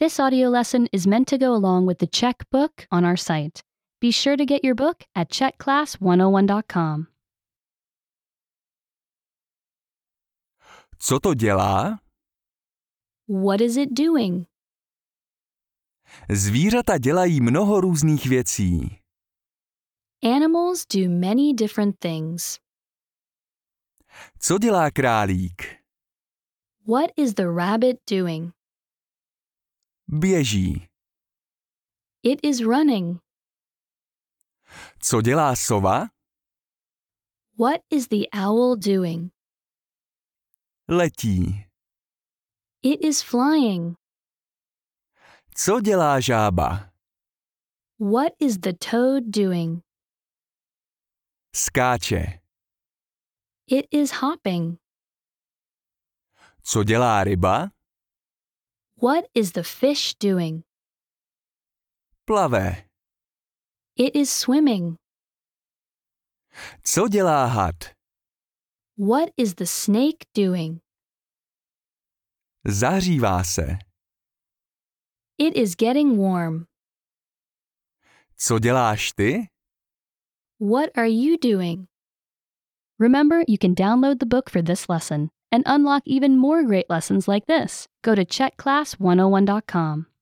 This audio lesson is meant to go along with the Czech book on our site. Be sure to get your book at czechclass101.com. Co to dělá? What is it doing? Zvířata dělají mnoho různých věcí. Animals do many different things. Co dělá králík? What is the rabbit doing? Běží. It is running. Co dělá sova? What is the owl doing? Letí. It is flying. Co dělá žába? What is the toad doing? Skáče. It is hopping. Co dělá ryba? What is the fish doing? Plave. It is swimming. Co dělá had? What is the snake doing? Zahřívá se. It is getting warm. Co děláš ty? What are you doing? Remember, you can download the book for this oh lesson and unlock even more great lessons like this. Go to checkclass101.com.